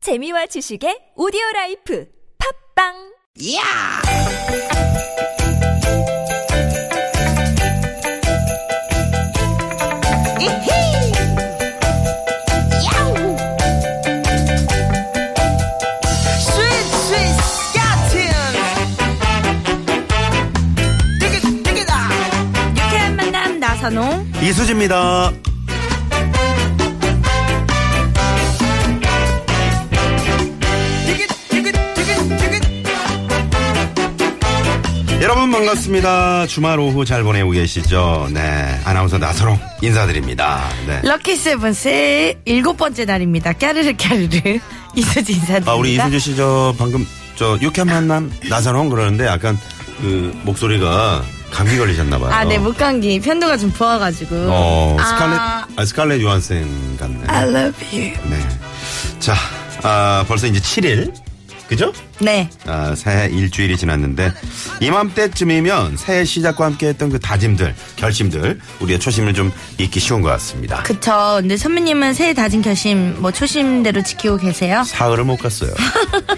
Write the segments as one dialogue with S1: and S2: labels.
S1: 재미와 지식의 오디오 라이프 팝빵
S2: 이야! 이히! 야우! 스윗, 스윗, 야틴! 디귿, 디귿아!
S3: 유쾌한 만남 나선홍
S4: 이수지입니다.
S2: 디귿, 디귿, 디귿, 디귿!
S4: 여러분 반갑습니다. 주말 오후 잘 보내고 계시죠? 네. 아나운서 나서롱 인사드립니다. 네.
S3: 럭키 세븐스의 일곱 번째 날입니다 까르르 까르르 이수지 인사드립니다
S4: 아, 우리 이수지 씨 저 방금 저 유쾌한 만남 나서롱 그러는데 약간 그 목소리가 감기 걸리셨나 봐요.
S3: 아네 목감기 편도가 좀 부어가지고
S4: 어, 스칼렛
S3: 아,
S4: 아, 스칼렛 요한센 같네.
S3: I love you
S4: 네. 자, 아, 벌써 이제 7일. 그죠?
S3: 네
S4: 아, 새해 일주일이 지났는데 이맘때쯤이면 새해 시작과 함께했던 그 다짐들, 결심들 우리의 초심을 좀 잊기 쉬운 것 같습니다.
S3: 그쵸 근데 선배님은 새해 다진 결심 뭐 초심대로 지키고 계세요
S4: 사흘을 못 갔어요.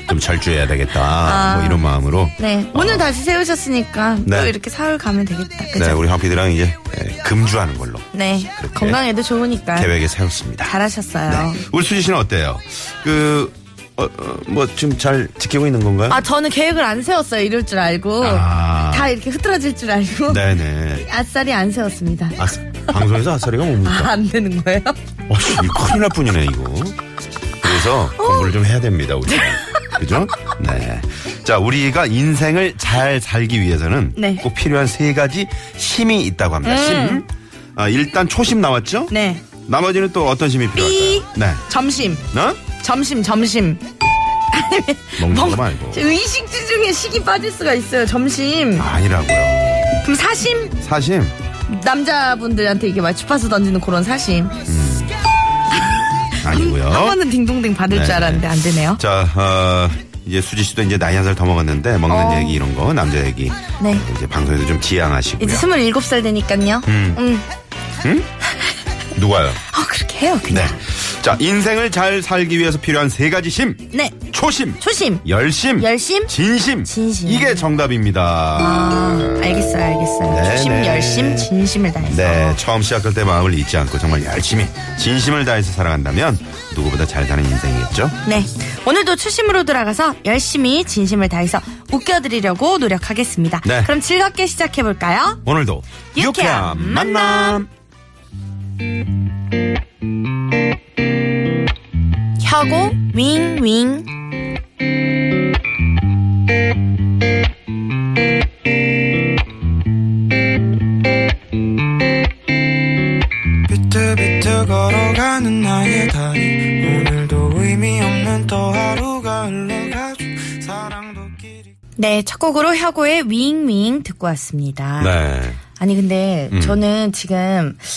S4: 좀 절주해야 되겠다. 뭐 이런 마음으로.
S3: 아. 네 오늘 다시 세우셨으니까
S4: 어. 네.
S3: 또 이렇게 사흘 가면 되겠다
S4: 네,
S3: 그죠
S4: 우리 황피드랑 이제 예, 금주하는 걸로
S3: 네,
S4: 그렇게
S3: 건강에도 좋으니까
S4: 계획에 세웠습니다.
S3: 아. 잘하셨어요
S4: 네. 우리 수지 씨는 어때요? 그, 어, 어, 뭐 지금 잘 지키고 있는 건가요?
S3: 아 저는 계획을 안 세웠어요 이럴 줄 알고
S4: 아.
S3: 다 이렇게 흐트러질 줄 알고
S4: 네네.
S3: 아싸리 안 세웠습니다
S4: 아, 방송에서 아싸리가 뭡니까?
S3: 아, 안 되는 거예요?
S4: 어, 씨, 이거 큰일 날 뿐이네, 이거. 그래서 공부를 좀 해야 됩니다, 우리. 그죠? 네. 자, 우리가 인생을 잘 살기 위해서는
S3: 네. 음.
S4: 꼭 필요한 세 가지 힘이 있다고 합니다. 힘. 아, 일단 초심 나왔죠?
S3: 네.
S4: 나머지는 또 어떤 힘이
S3: 삐.
S4: 필요할까요? 네.
S3: 점심.
S4: 어?
S3: 점심, 점심.
S4: 먹는 거
S3: 먹-
S4: 말고.
S3: 저 의식주 중에 식이 빠질 수가 있어요. 점심.
S4: 아니라고요.
S3: 그럼 사심?
S4: 사심.
S3: 남자분들한테 이게 막 주파수 던지는 그런 사심.
S4: 아니고요.
S3: 한 번은 딩동댕 받을 줄
S4: 네.
S3: 알았는데 안 되네요.
S4: 자, 어, 이제 수지 씨도 이제 나이 한 살 더 먹었는데 먹는
S3: 어.
S4: 얘기 이런 거, 남자 얘기.
S3: 네.
S4: 이제 방송에도 좀 지양하시고요.
S3: 이제 27살 되니까요. 음.
S4: 누가요?
S3: 어, 그렇게 해요. 그냥.
S4: 네. 자, 인생을 잘 살기 위해서 필요한 세 가지 힘.
S3: 네.
S4: 초심,
S3: 초심.
S4: 열심,
S3: 열심.
S4: 진심.
S3: 진심.
S4: 이게 정답입니다.
S3: 아. 알겠어요, 알겠어요.
S4: 네,
S3: 초심,
S4: 네.
S3: 열심, 진심을 다해서.
S4: 네, 처음 시작할 때 마음을 잊지 않고 정말 열심히 진심을 다해서 살아간다면 누구보다 잘 사는 인생이겠죠?
S3: 네. 오늘도 초심으로 돌아가서 열심히 진심을 다해서 웃겨드리려고 노력하겠습니다.
S4: 네.
S3: 그럼 즐겁게 시작해볼까요?
S4: 오늘도
S3: 유쾌한
S4: 유쾌한 만남.
S3: 혀고 윙윙
S5: 비트비트 걸어가는 나의 다리 오늘도 의미 없는 또 하루가 흘러가죠 사랑도 길이
S3: 네, 첫 곡으로 혀고의 윙윙 듣고 왔습니다.
S4: 네. 음.
S3: 아니, 근데 저는 지금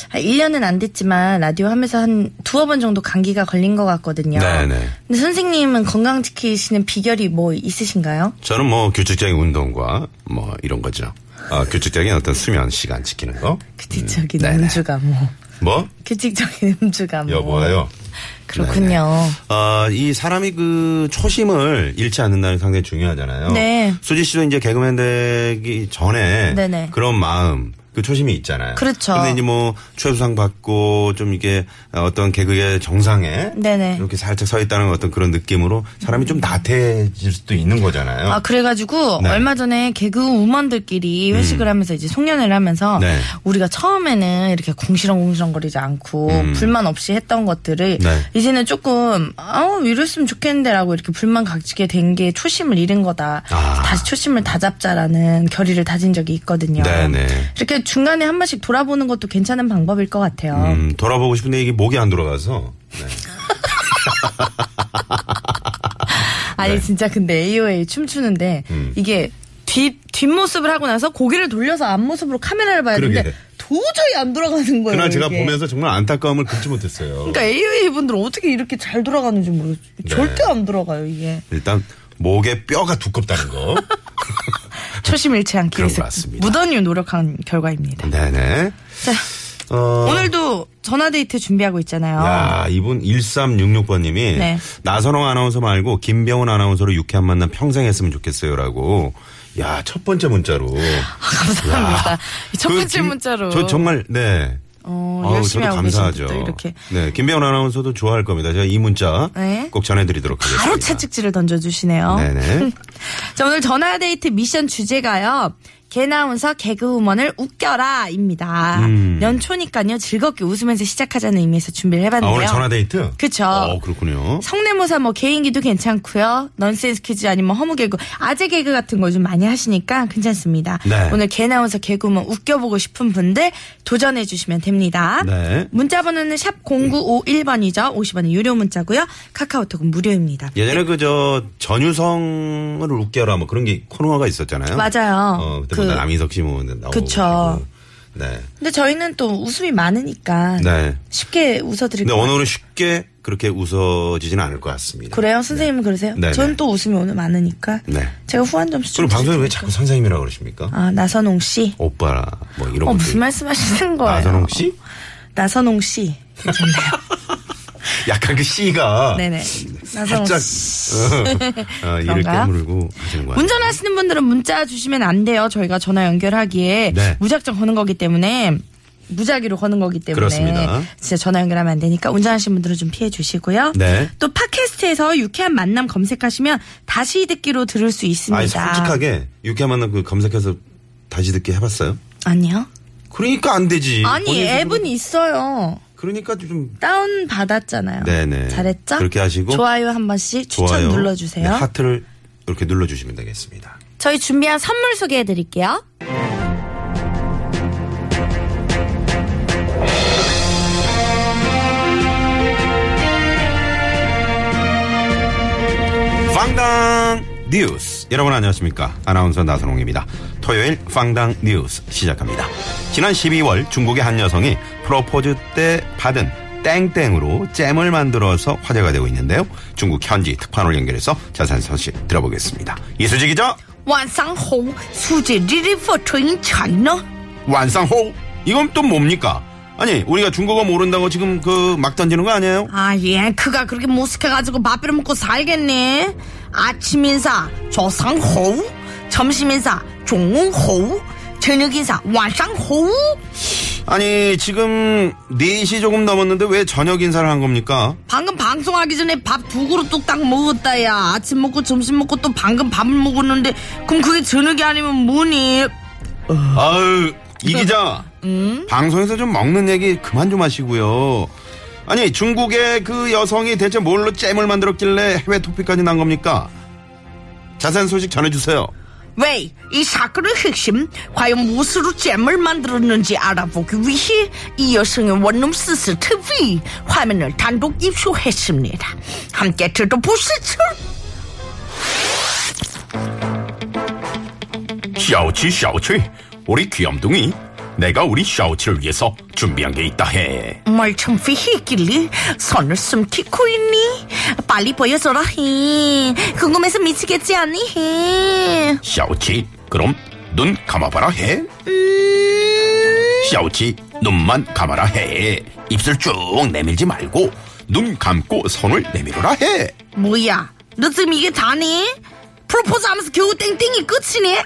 S3: 한 1년은 안 됐지만 라디오 하면서 한 두어 번 정도 감기가 걸린 것 같거든요.
S4: 네, 네.
S3: 근데 선생님은 건강 지키시는 비결이 뭐 있으신가요?
S4: 저는 뭐 규칙적인 운동과 뭐 이런 거죠. 아, 규칙적인 어떤 수면 시간 지키는 거.
S3: 규칙적인
S4: 네, 네.
S3: 음주가 뭐.
S4: 뭐?
S3: 규칙적인 음주가 뭐.
S4: 여보아요.
S3: 그렇군요.
S4: 어, 이 사람이 그 초심을 잃지 않는다는 게 상당히 중요하잖아요.
S3: 네.
S4: 수지 씨도 이제 개그맨 되기 전에
S3: 네네.
S4: 그런 마음, 그 초심이 있잖아요.
S3: 그렇죠.
S4: 근데 이제 뭐 최우수상 받고 좀 이게 어떤 개그의 정상에
S3: 네네.
S4: 이렇게 살짝 서 있다는 어떤 그런 느낌으로 사람이 좀 나태해질 수도 있는 거잖아요.
S3: 아 그래가지고
S4: 네. 음.
S3: 얼마 전에 개그 우먼들끼리 회식을 하면서 이제 송년회를 하면서
S4: 네.
S3: 우리가 처음에는 이렇게 궁시렁궁시렁거리지 않고 불만 없이 했던 것들을
S4: 음. 네.
S3: 이제는 조금 아우 이랬으면 좋겠는데라고 이렇게 불만 가지게 된 게 초심을 잃은 거다
S4: 아.
S3: 다시 초심을 다잡자라는 결의를 다진 적이 있거든요.
S4: 네네.
S3: 이렇게 중간에 한 번씩 돌아보는 것도 괜찮은 방법일 것 같아요.
S4: 음, 돌아보고 싶은데 이게 목이 안 돌아가서. 네.
S3: 아니
S4: 네.
S3: 진짜 근데 AOA 춤추는데
S4: 음.
S3: 이게 뒷 뒷모습을 하고 나서 고개를 돌려서 앞모습으로 카메라를 봐야
S4: 그러게.
S3: 되는데 도저히 안 돌아가는 거예요.
S4: 그날 제가
S3: 이게.
S4: 보면서 정말 안타까움을 금치 못했어요.
S3: 그러니까 AOA 분들은 어떻게 이렇게 잘 돌아가는지 모르겠어요.
S4: 네.
S3: 절대 안 돌아가요 이게.
S4: 일단 목에 뼈가 두껍다는 거.
S3: 초심 잃지 않기
S4: 그런 것
S3: 위해서
S4: 같습니다. 음.
S3: 무던히 노력한 결과입니다.
S4: 네네.
S3: 자,
S4: 어,
S3: 오늘도 전화데이트 준비하고 있잖아요.
S4: 야, 이분 1366번님이
S3: 네.
S4: 나선홍 아나운서 말고 김병훈 아나운서로 유쾌한 만남 평생 했으면 좋겠어요라고. 야, 첫 번째 문자로.
S3: 감사합니다.
S4: 야.
S3: 아, 첫
S4: 그
S3: 번째
S4: 김-
S3: 문자로.
S4: 저 정말 네.
S3: 어,
S4: 아우,
S3: 열심히
S4: 저도
S3: 하고 계신
S4: 감사하죠.
S3: 분도 이렇게.
S4: 네, 김병훈 아나운서도 좋아할 겁니다. 제가 이 문자
S3: 네.
S4: 꼭 전해드리도록 하겠습니다.
S3: 바로 채찍질을 던져주시네요.
S4: 네네.
S3: 자, 오늘 전화데이트 미션 주제가요. 개나운서 개그우먼을 웃겨라입니다.
S4: 음.
S3: 연초니까요. 즐겁게 웃으면서 시작하자는 의미에서 준비를
S4: 아,
S3: 해봤는데요.
S4: 오늘 전화데이트?
S3: 그쵸.
S4: 어, 그렇군요.
S3: 성대모사 뭐 개인기도 괜찮고요. 넌센스 퀴즈 아니면 허무개그, 아재 개그 같은 거 좀 많이 하시니까 괜찮습니다.
S4: 네.
S3: 오늘 개나운서 개그우먼 웃겨보고 싶은 분들 도전해 주시면 됩니다.
S4: 네.
S3: 문자 번호는 샵 0951번이죠. 50원의 유료 문자고요. 카카오톡은 무료입니다.
S4: 예전에 그 저 전유성을 웃겨라 뭐 그런 게 코너가 있었잖아요.
S3: 맞아요.
S4: 어, 그때
S3: 그-
S4: 뭐 남인석 씨 뭐 나오고.
S3: 그쵸.
S4: 그리고. 네.
S3: 근데 저희는 또 웃음이 많으니까
S4: 네.
S3: 쉽게 웃어드릴
S4: 근데
S3: 거예요.
S4: 오늘은 쉽게 그렇게 웃어지진 않을 것 같습니다.
S3: 그래요? 선생님은 그러세요?
S4: 네, 네.
S3: 저는 또 웃음이 오늘 많으니까
S4: 네.
S3: 제가 후한 점수 좀
S4: 그럼 방송에 왜
S3: 드릴게요.
S4: 자꾸 선생님이라고 그러십니까?
S3: 아 나선홍 씨.
S4: 오빠라 뭐 이런
S3: 어
S4: 분들. 아,
S3: 무슨 말씀하시는 거예요?
S4: 나선홍 씨?
S3: 나선홍 씨.
S4: 약간 그 씨가
S3: 네네. 나선홍
S4: 살짝
S3: 씨.
S4: 어, 어, 이를
S3: 그런가요?
S4: 깨물고 하시는 거예요.
S3: 운전하시는 분들은 문자 주시면 안 돼요. 저희가 전화 연결하기에
S4: 네.
S3: 무작정 거는 거기 때문에 무작위로 거는 거기 때문에
S4: 그렇습니다.
S3: 진짜 전화 연결하면 안 되니까 운전하시는 분들은 좀 피해 주시고요.
S4: 네.
S3: 또 팟캐스트에서 유쾌한 만남 검색하시면 다시 듣기로 들을 수 있습니다.
S4: 아니 솔직하게 유쾌한 만남 그 검색해서 다시 듣기 해봤어요?
S3: 아니요.
S4: 그러니까 안 되지.
S3: 아니
S4: 본인 스스로.
S3: 앱은 있어요.
S4: 그러니까 좀
S3: 다운 받았잖아요.
S4: 네네.
S3: 잘했죠?
S4: 그렇게 하시고.
S3: 좋아요 한 번씩 추천
S4: 좋아요.
S3: 눌러주세요.
S4: 네, 하트를 이렇게 눌러주시면 되겠습니다.
S3: 저희 준비한 선물 소개해 드릴게요.
S4: 빵당 뉴스. 여러분 안녕하십니까. 아나운서 나선홍입니다. 토요일 빵당 뉴스 시작합니다. 지난 12월 중국의 한 여성이 프로포즈 때 받은 땡땡으로 잼을 만들어서 화제가 되고 있는데요. 중국 현지 특파원을 연결해서 자세한 소식 들어보겠습니다. 이수지 기자,
S3: 晚上好，苏姐日日发春钱呢。
S4: 완상호. 이건 또 뭡니까? 아니, 우리가 중국어 모른다고 지금 그 막 던지는 거 아니에요?
S3: 아, 예, 그가 그렇게 못숙해가지고 밥비를 먹고 살겠네. 아침 인사, 조상호. 점심 인사, 종훈호. 저녁 인사, 완상호.
S4: 아니 지금 4시 조금 넘었는데 왜 저녁 인사를 한 겁니까?
S3: 방금 방송하기 전에 밥 두 그릇 뚝딱 먹었다, 야. 아침 먹고, 점심 먹고, 또 방금 밥을 먹었는데, 그럼 그게 저녁이 아니면 뭐니?
S4: 아유 이 기자 방송에서 좀 먹는 얘기 그만 좀 하시고요. 아니 중국의 그 여성이 대체 뭘로 잼을 만들었길래 해외 토픽까지 난 겁니까? 자세한 소식 전해주세요.
S3: 왜 이 사건의 핵심 과연 무엇으로 잼을 만들었는지 알아보기 위해 이 여성의 원룸 CCTV 화면을 단독 입수했습니다. 함께 들어보시죠.
S6: 小七小七 우리 귀염둥이 내가 우리 샤오치를 위해서 준비한 게 있다 해
S3: 멀쩡히 했길래 손을 숨기고 있니? 빨리 보여줘라 해. 궁금해서 미치겠지 않니 해.
S6: 샤오치 그럼 눈 감아봐라 해 샤오치 눈만 감아라 해 입술 쭉 내밀지 말고 눈 감고 손을 내밀어라 해
S3: 뭐야 너 지금 이게 다니? 프로포즈 하면서 겨우 땡땡이 끝이네?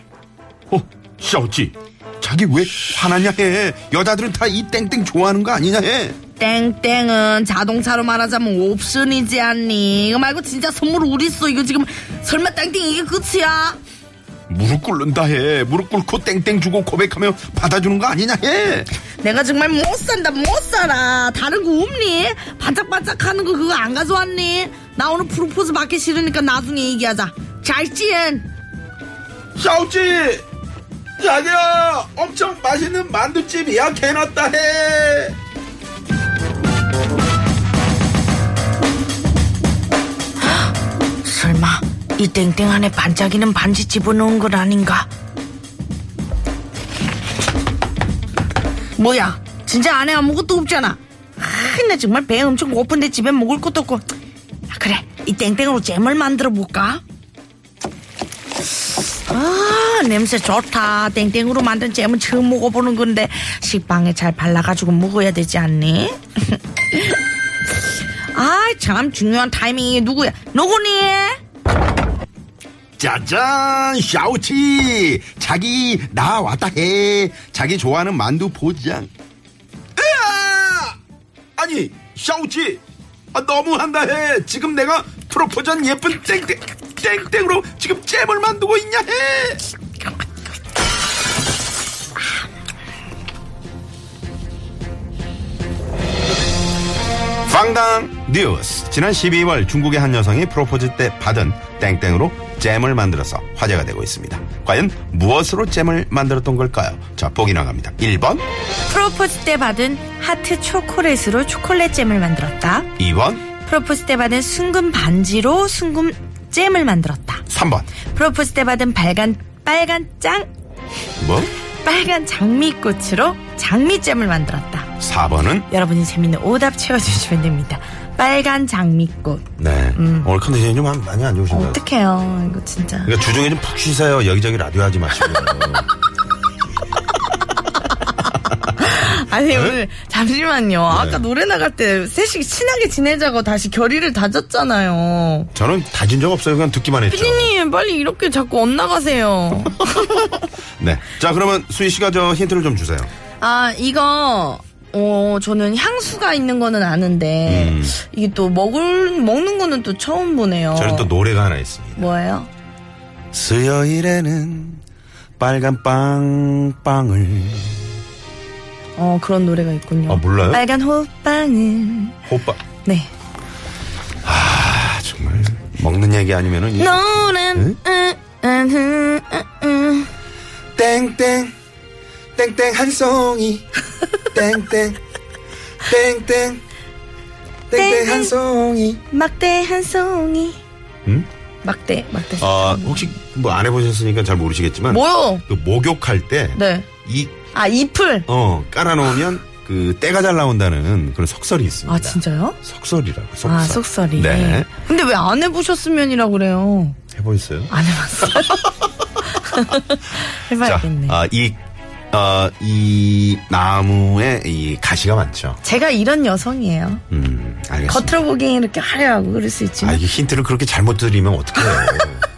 S6: 어, 샤오치 자기 왜
S4: 화나냐 해. 여자들은 다 이 땡땡 좋아하는 거 아니냐 해.
S3: 땡땡은 자동차로 말하자면 옵션이지 않니? 이거 말고 진짜 선물 어디 있어? 이거 지금 설마 땡땡 이게 끝이야?
S4: 무릎 꿇는다 해. 무릎 꿇고 땡땡 주고 고백하며 받아주는 거 아니냐 해.
S3: 내가 정말 못 산다 못 살아 다른 거 없니? 반짝반짝 하는 거 그거 안 가져왔니? 나 오늘 프로포즈 받기 싫으니까 나중에 얘기하자 잘지엔
S6: 샤오치 자기야 엄청 맛있는 만두집 예약해놨다 해
S3: 설마 이 땡땡 안에 반짝이는 반지 집어넣은 건 아닌가? 뭐야 진짜 안에 아무것도 없잖아 아, 나 정말 배 엄청 고픈데 집에 먹을 것도 없고 아, 그래 이 땡땡으로 잼을 만들어 볼까?
S7: 아 냄새 좋다 땡땡으로 만든 잼은 처음 먹어보는 건데 식빵에 잘 발라가지고 먹어야 되지 않니? 아 참 중요한 타이밍이 누구야 누구니?
S8: 짜잔 샤오치 자기 나 왔다 해 자기 좋아하는 만두 포장 으아! 아니 샤오치 아, 너무한다 해 지금 내가 프로포전 예쁜 땡땡 땡땡으로 지금 잼을 만들고 있냐 해
S4: 방당 뉴스 지난 12월 중국의 한 여성이 프로포즈 때 받은 땡땡으로 잼을 만들어서 화제가 되고 있습니다. 과연 무엇으로 잼을 만들었던 걸까요? 자, 보기 나갑니다. 1번,
S3: 프로포즈 때 받은 하트 초콜릿으로 초콜릿 잼을 만들었다.
S4: 2번,
S3: 프로포즈 때 받은 순금 반지로 순금 잼을 만들었다.
S4: 3번.
S3: 프로포즈 때 받은 빨간 빨간 짱
S4: 뭐?
S3: 빨간 장미꽃으로 장미잼을 만들었다.
S4: 4번은
S3: 여러분이 재밌는 오답 채워주시면 됩니다. 빨간 장미꽃.
S4: 네.
S7: 음.
S4: 오늘 컨디션이 좀 많이 안 좋으신가요?
S3: 어떡해요. 이거 진짜.
S4: 그러니까 주중에 좀 푹 쉬세요. 여기저기 라디오 하지 마시고.
S7: 아니 오늘 잠시만요 아까 노래 나갈 때 셋이 친하게 지내자고 다시 결의를 다졌잖아요
S4: 저는 다진 적 없어요. 그냥 듣기만 했죠.
S7: 피디님 빨리 이렇게 자꾸 엇나가세요
S4: 네. 자, 그러면 수희 씨가 저 힌트를 좀 주세요.
S7: 아 이거 어 저는 향수가 있는 거는 아는데
S4: 음.
S7: 이게 또 먹을 먹는 거는 또 처음 보네요.
S4: 저는 또 노래가 하나 있습니다.
S7: 뭐예요?
S4: 수요일에는 빨간 빵빵을.
S7: 어 그런 노래가 있군요.
S4: 아, 몰라요? 예?
S3: 빨간 호빵은
S4: 호빠.
S3: 네.
S4: 아, 정말. 먹는 얘기 아니면은. 이 예?
S3: 노란 으, 으, 으, 으.
S8: 땡땡 땡땡 한 송이 땡땡 땡땡 땡땡 한 송이
S3: 막대 한 송이
S4: 음?
S3: 막대 막대
S4: 아, 혹시 뭐 안 해보셨으니까 잘 모르시겠지만.
S7: 뭐요?
S4: 그 목욕할 때.
S7: 네.
S4: 이,
S7: 아 잎을.
S4: 어, 깔아놓으면 그 때가 잘 나온다는 그런 석설이 있습니다.
S7: 아 진짜요?
S4: 석설이라고, 석설.
S7: 아 속설이.
S4: 네.
S7: 근데 왜 안 해보셨으면이라 그래요?
S4: 해보셨어요?
S7: 안 해봤어요. 해봐야겠네.
S4: 아, 이, 어, 이 나무에 이 가시가 많죠.
S7: 제가 이런 여성이에요.
S4: 음, 알겠습니다.
S7: 겉으로 보기엔 이렇게 화려하고 그럴 수 있지만.
S4: 아, 이게 힌트를 그렇게 잘못 드리면 어떡해요.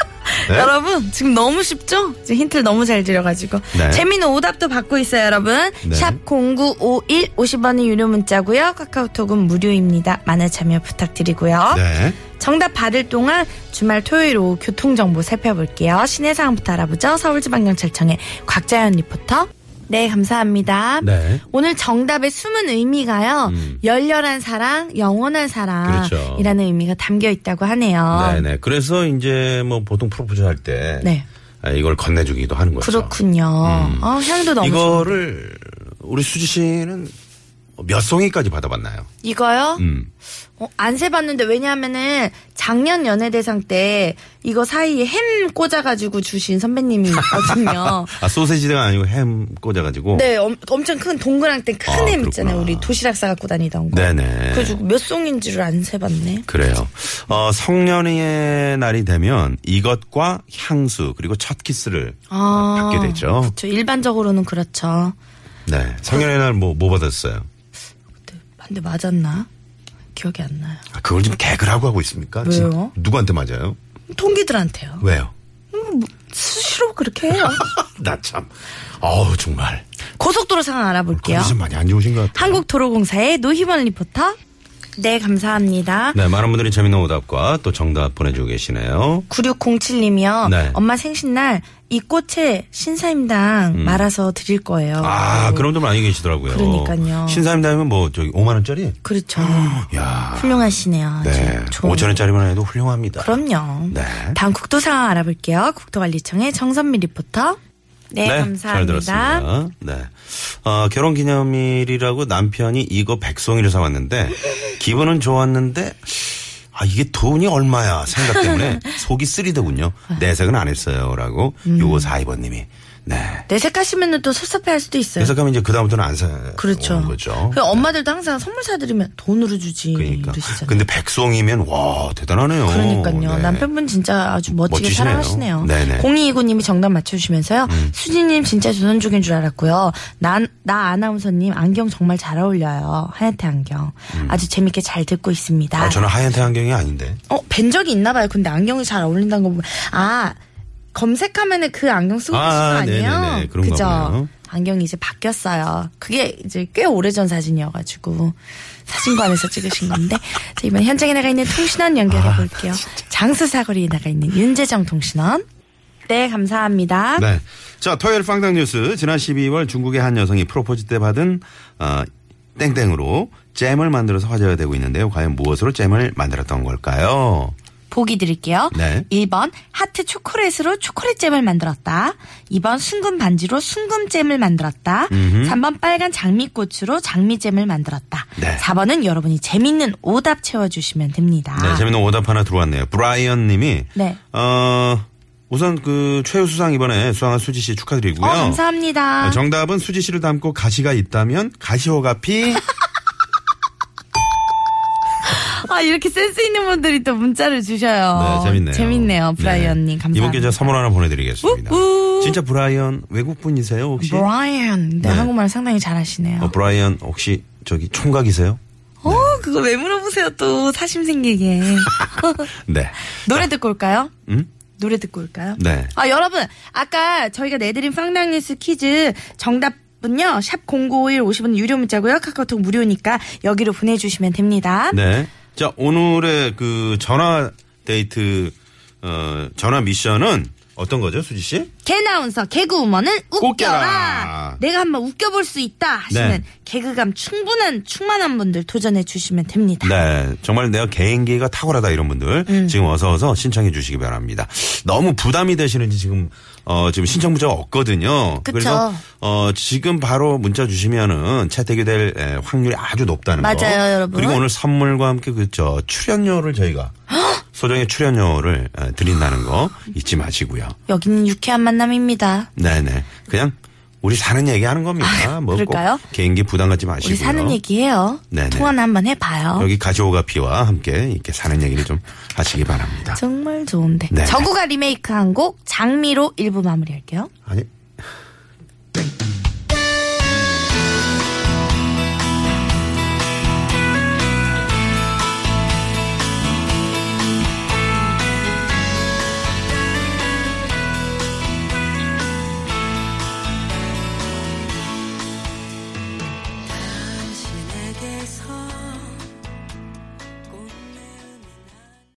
S4: 네?
S3: 여러분 지금 너무 쉽죠? 지금 힌트를 너무 잘 드려가지고
S4: 네.
S3: 재미있는 오답도 받고 있어요 여러분
S4: 네.
S3: 샵 0951 50원의 유료 문자고요 카카오톡은 무료입니다 많은 참여 부탁드리고요
S4: 네.
S3: 정답 받을 동안 주말 토요일 오후 교통정보 살펴볼게요 시내 상황부터 알아보죠 서울지방경찰청의 곽자연 리포터 네 감사합니다
S4: 네.
S3: 오늘 정답의 숨은 의미가요
S4: 음.
S3: 열렬한 사랑 영원한
S4: 그렇죠.
S3: 사랑이라는 의미가 담겨 있다고 하네요
S4: 네네. 그래서 이제 뭐 보통 프로포즈 할 때
S3: 아. 네.
S4: 아, 이걸 건네주기도 하는 거죠. 음.
S3: 그렇군요. 어, 향도 너무 좋
S4: 이거를 우리 수지 씨는 몇 송이까지 받아봤나요?
S3: 이거요?
S4: 음.
S3: 어, 안 세봤는데 왜냐하면은 작년 연예대상 때 이거 사이에 햄 꽂아가지고 주신 선배님이거든요.
S4: 아, 소세지가 아니고 햄 꽂아가지고.
S3: 네, 엄, 엄청 큰 동그랑땡 큰
S4: 아,
S3: 햄
S4: 그렇구나.
S3: 있잖아요. 우리 도시락 싸갖고 다니던 거.
S4: 네네.
S3: 그래가지고 몇 송인지를 안 세봤네.
S4: 그래요. 어, 성년의 날이 되면 이것과 향수 그리고 첫 키스를
S3: 아,
S4: 받게 되죠.
S3: 그렇죠. 일반적으로는 그렇죠.
S4: 네. 성년의 날 뭐 뭐 받았어요?
S3: 근데 맞았나? 기억이 안 나요.
S4: 아, 그걸 지금 개그를 하고 하고 있습니까?
S3: 왜요?
S4: 지금 누구한테 맞아요?
S3: 동기들한테요.
S4: 왜요?
S3: 수시로 그렇게 해요.
S4: 나 참. 어우 정말.
S3: 고속도로 상황 알아볼게요.
S4: 컨디션 많이 안 좋으신 것 같아요.
S3: 한국도로공사의 노희원 리포터. 네, 감사합니다.
S4: 네, 많은 분들이 재밌는 오답과 또 정답 보내주고 계시네요.
S3: 9607님이요.
S4: 네.
S3: 엄마 생신날 이 꽃에 신사임당 말아서 드릴 거예요.
S4: 음. 아, 그런 분들 많이 계시더라고요.
S3: 그러니까요.
S4: 신사임당이면 뭐 저기 5만 원짜리.
S3: 그렇죠.
S4: 야,
S3: 훌륭하시네요.
S4: 네,
S3: 아주 좋은-
S4: 5천 원짜리만 해도 훌륭합니다.
S3: 그럼요.
S4: 네.
S3: 다음 국토 상황 알아볼게요. 국토관리청의 정선미 리포터. 네,
S4: 잘
S3: 감사합니다.
S4: 들었습니다. 네. 어, 결혼 기념일이라고 남편이 이거 백송이를 사왔는데 기분은 좋았는데 아 이게 돈이
S3: 음.
S4: 얼마야 생각 때문에 속이 쓰리더군요. 내색은 안 했어요라고 6542번님이 네.
S3: 내색하시면 또 섭섭해할 수도 있어요.
S4: 해석하면 이제 그다음부터는 안 사.
S3: 그렇죠.
S4: 오는 거죠. 네.
S3: 그 엄마들도 항상 선물 사드리면 돈으로 주지.
S4: 어, 그러니까.
S3: 이러시잖아요.
S4: 근데 백송이면 와 대단하네요.
S3: 그러니까요.
S4: 네.
S3: 남편분 진짜 아주 멋지게
S4: 멋지시네요.
S3: 사랑하시네요.
S4: 네네. 음.
S3: 0229님이 정답 맞춰주시면서요. 수진님 진짜 조선족인 줄 알았고요. 난, 나 아나운서님 안경 정말 잘 어울려요. 하얀테 안경. 아주 재밌게 잘 듣고 있습니다.
S4: 음. 아, 저는 하얀 태안경이 아닌데.
S3: 어, 뵌 적이 있나 봐요. 근데 안경이 잘 어울린다는 거 보면. 아, 검색하면은 그 안경 쓰고 계신
S4: 아,
S3: 거 아니에요?
S4: 네네네. 그런가
S3: 그죠?
S4: 보네요.
S3: 안경이 이제 바뀌었어요. 그게 이제 꽤 오래전 사진이어가지고 사진관에서 찍으신 건데 자, 이번 현장에 나가 있는 통신원 연결해
S4: 아,
S3: 볼게요. 장수 사거리에 나가 있는 윤재정 통신원. 네, 감사합니다.
S4: 네. 자, 토요일 빵당 뉴스. 지난 12월 중국의 한 여성이 프로포즈 때 받은 어, 땡땡으로 잼을 만들어서 화제가 되고 있는데요. 과연 무엇으로 잼을 만들었던 걸까요?
S3: 보기 드릴게요.
S4: 네.
S3: 1번 하트 초콜릿으로 초콜릿잼을 만들었다. 2번 순금 반지로 순금잼을 만들었다. 3번 빨간 장미꽃으로 장미잼을 만들었다.
S4: 네.
S3: 4번은 여러분이 재밌는 오답 채워주시면 됩니다.
S4: 네, 재밌는 오답 하나 들어왔네요. 브라이언 님이
S3: 아. 네.
S4: 어, 우선 그 최우 수상 이번에 수상한 수지 씨
S3: 어,
S4: 축하드리고요.
S3: 감사합니다.
S4: 어, 정답은 수지 씨를 닮고 가시가 있다면 가시호가피
S3: 아, 이렇게 센스 있는 분들이 또 문자를 주셔요.
S4: 네, 재밌네요.
S3: 어, 재밌네요. 브라이언님.
S4: 네.
S3: 감사합니다.
S4: 이번 게 제가 선물 하나 보내드리겠습니다.
S3: 우후.
S4: 진짜 브라이언 외국분이세요 혹시?
S3: 브라이언. 네, 한국말 상당히 잘하시네요.
S4: 어, 브라이언 혹시 저기 총각이세요?
S3: 어, 그걸 왜 물어보세요, 또. 사심 생기게.
S4: 네.
S3: 노래 듣고 올까요?
S4: 음?
S3: 노래 듣고 올까요?
S4: 네.
S3: 아, 여러분, 아까 저희가 내드린 빵당뉴스 퀴즈 정답은요, 샵0951 50원 유료 문자고요, 카카오톡 무료니까 여기로 보내주시면 됩니다.
S4: 네. 자, 오늘의 그 전화 데이트, 어, 전화 미션은 어떤 거죠, 수지 씨?
S3: 개나운서, 개그우먼은 웃겨라.
S4: 웃겨라.
S3: 내가 한번 웃겨볼 수 있다 하시는
S4: 네.
S3: 개그감 충분한, 충만한 분들 도전해 주시면 됩니다.
S4: 네. 정말 내가 개인기가 탁월하다 이런 분들
S3: 음.
S4: 지금 어서 어서 신청해 주시기 바랍니다. 너무 부담이 되시는지 지금, 어, 지금 신청 문자가 없거든요.
S3: 그쵸.
S4: 그래서, 어, 지금 바로 문자 주시면은 채택이 될 에, 확률이 아주 높다는 거.
S3: 맞아요, 여러분.
S4: 그리고 오늘 선물과 함께 그저 출연료를 저희가 소정의 출연료를 어, 드린다는 거 잊지 마시고요.
S3: 여기는 유쾌한 만남입니다.
S4: 네네. 그냥 우리 사는 얘기 하는 겁니다. 뭐
S3: 아, 그럴까요?
S4: 꼭 개인기 부담 갖지 마시고요.
S3: 우리 사는 얘기해요.
S4: 네네.
S3: 통화나 한번 해봐요.
S4: 여기 가지오가피와 함께 이렇게 사는 얘기를 좀 하시기 바랍니다.
S3: 정말 좋은데.
S4: 네.
S3: 저구가 리메이크한 곡 장미로 일부 마무리할게요.
S4: 아니